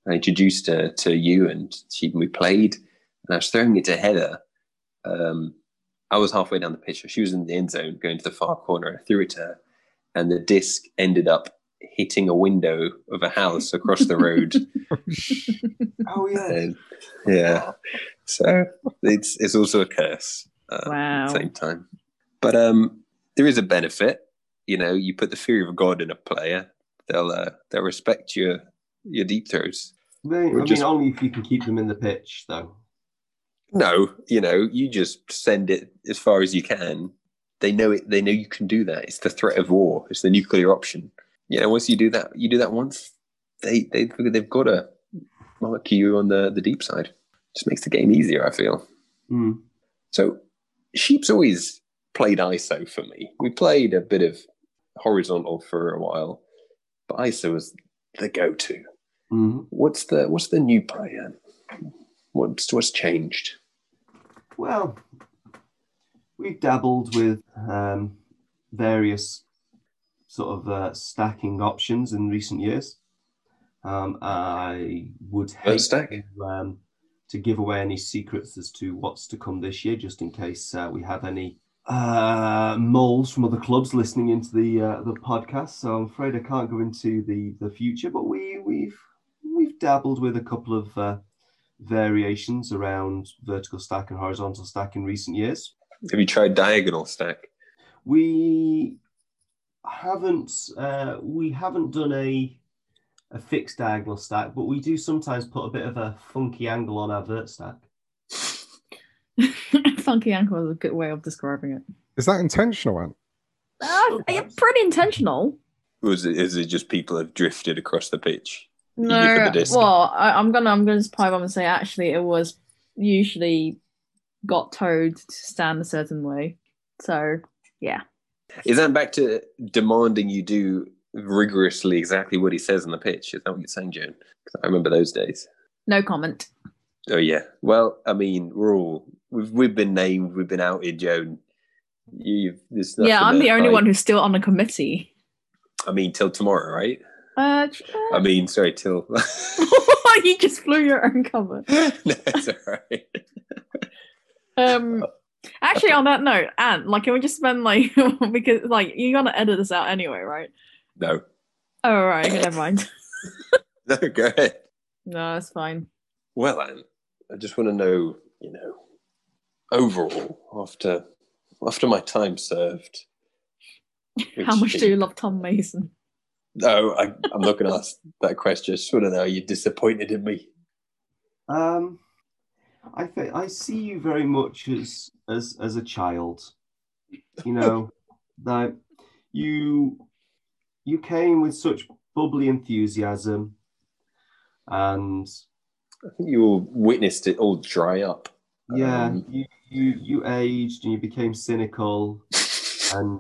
I introduced her to you and she we played, and I was throwing it to Heather. Um, I was halfway down the pitch, so she was in the end zone, going to the far corner. I threw it to her, and the disc ended up hitting a window of a house across the road. Oh yeah, And, yeah. So it's it's also a curse uh, at (laughs) wow. the same time. But um, there is a benefit. You know, you put the fear of God in a player, they'll uh, they'll respect your your deep throws. they, I We're mean, just- only if you can keep them in the pitch, though. No, you know, you just send it as far as you can. They know it. They know you can do that. It's the threat of war. It's the nuclear option. You know, once you do that, you do that once. They they they've got to mark you on the the deep side. Just makes the game easier. I feel. Hmm. So sheep's always played ISO for me. We played a bit of horizontal for a while, but ISO was the go-to. hmm What's the what's the new player? What's what's changed? Well, we've dabbled with um, various sort of uh, stacking options in recent years. Um, I would hate stack? To, um, to give away any secrets as to what's to come this year, just in case uh, we have any uh, moles from other clubs listening into the uh, the podcast. So I'm afraid I can't go into the the future, but we we've we've dabbled with a couple of. Uh, variations around vertical stack and horizontal stack in recent years. Have you tried diagonal stack? We haven't uh, we haven't done a a fixed diagonal stack, but we do sometimes put a bit of a funky angle on our vert stack. (laughs) Funky ankle is a good way of describing it. (laughs) Is that intentional, Ant? Uh, yeah, pretty intentional. Or is it, is it just people have drifted across the pitch? You No, give it the disc. well, I, I'm gonna I'm gonna just pie bomb and say actually it was usually got told to stand a certain way. So Is that back to demanding you do rigorously exactly what he says on the pitch? Is that what you're saying, Joan? 'Cause I remember those days. no comment. Oh yeah. Well, I mean, we're all we've we've been named, we've been outed, Joan. You've, there's yeah, nothing I'm the that only I- one who's still on a committee. I mean, till tomorrow, right? Uh, I mean, sorry, till. (laughs) (laughs) you just blew your own cover. no, it's all right. Um, actually, on that note, Ant, like, can we just spend like (laughs) because like you're gonna edit this out anyway, right? No, (laughs) Oh, all right, okay, never mind. (laughs) no, go ahead. No, it's fine. Well, Anne, I just want to know, you know, overall after after my time served. How much do you you? love Tom Mason? No, I, I'm not going to ask that question. I just want to know, are you disappointed in me? Um, I fe- I see you very much as as as a child. You know that you you came with such bubbly enthusiasm, and I think you all witnessed it all dry up. yeah, Um, you you you aged and you (laughs) became cynical, and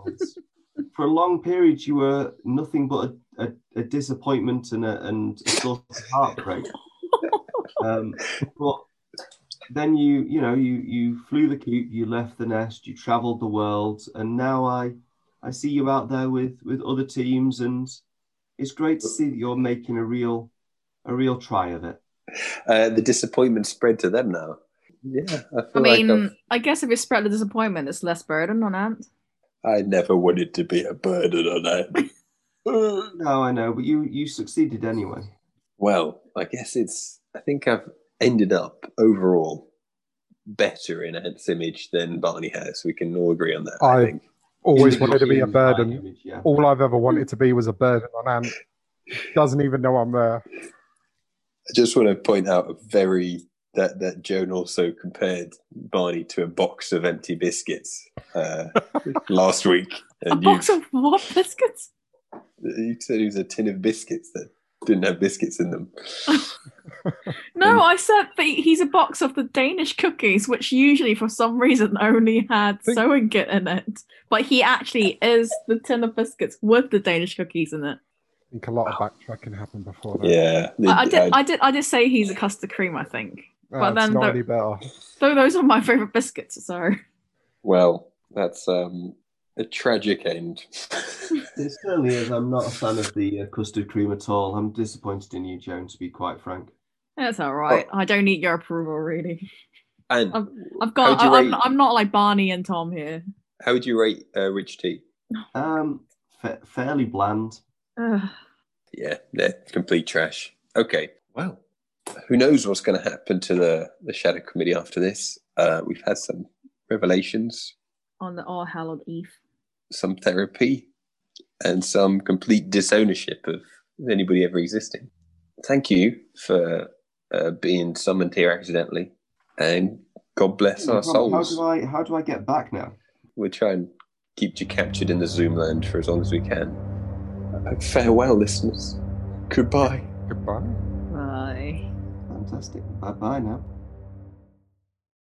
for a long period you were nothing but a, a, a disappointment and a, and a sort of (laughs) heartbreak. um, but then you you know you you flew the coop, you left the nest, you travelled the world, and now I I see you out there with with other teams, and it's great to see that you're making a real a real try of it. uh, the disappointment spread to them now. Yeah, I feel I like mean, I've- I guess if you spread the disappointment, it's less burden on Ant. I never wanted to be a burden on that. Uh, No, I know, but you you succeeded anyway. well, I guess it's. I think I've ended up overall better in Ant's image than Barney has. We can all agree on that. I, I- think. Always In- wanted to be a Oh. in my burden. image, yeah. All I've ever wanted to be was a burden on Ant. Doesn't even know I'm there. I just want to point out a very that that Joan also compared Barney to a box of empty biscuits uh, last week, A and you, box of what (laughs) biscuits? you said it was a tin of biscuits that didn't have biscuits in them. No, I said that he's a box of the Danish cookies, which usually, for some reason, only had Think- sewing kit in it. But he actually is the tin of biscuits with the Danish cookies in it. I think a lot of backtracking happened before that. Yeah, I, I did, I- I did, I did say he's a custard cream. I think, Uh, But it's then not the- any better. though, those are my favorite biscuits. So, well, that's um, a tragic (laughs) end. It certainly is. I'm not a fan of the uh, custard cream at all. I'm disappointed in you, Joan, to be quite frank. that's all right. I don't need your approval, really. and I've got. How I, would you I'm, rate- I'm not like Barney and Tom here. how would you rate uh, Rich T? Um, fa- fairly bland. Ugh. Yeah, they complete trash. Okay. Well, who knows what's going to happen to the, the Shadow Committee after this? Uh, we've had some revelations, on the All Hallowed Eve. some therapy, and some complete disownership of anybody ever existing. Thank you for uh, being summoned here accidentally, and God bless our how souls. do I how do I get back now? We'll try and keep you captured in the Zoom land for as long as we can. Uh, Farewell, listeners. Goodbye. Goodbye. Bye. Fantastic. Bye bye now.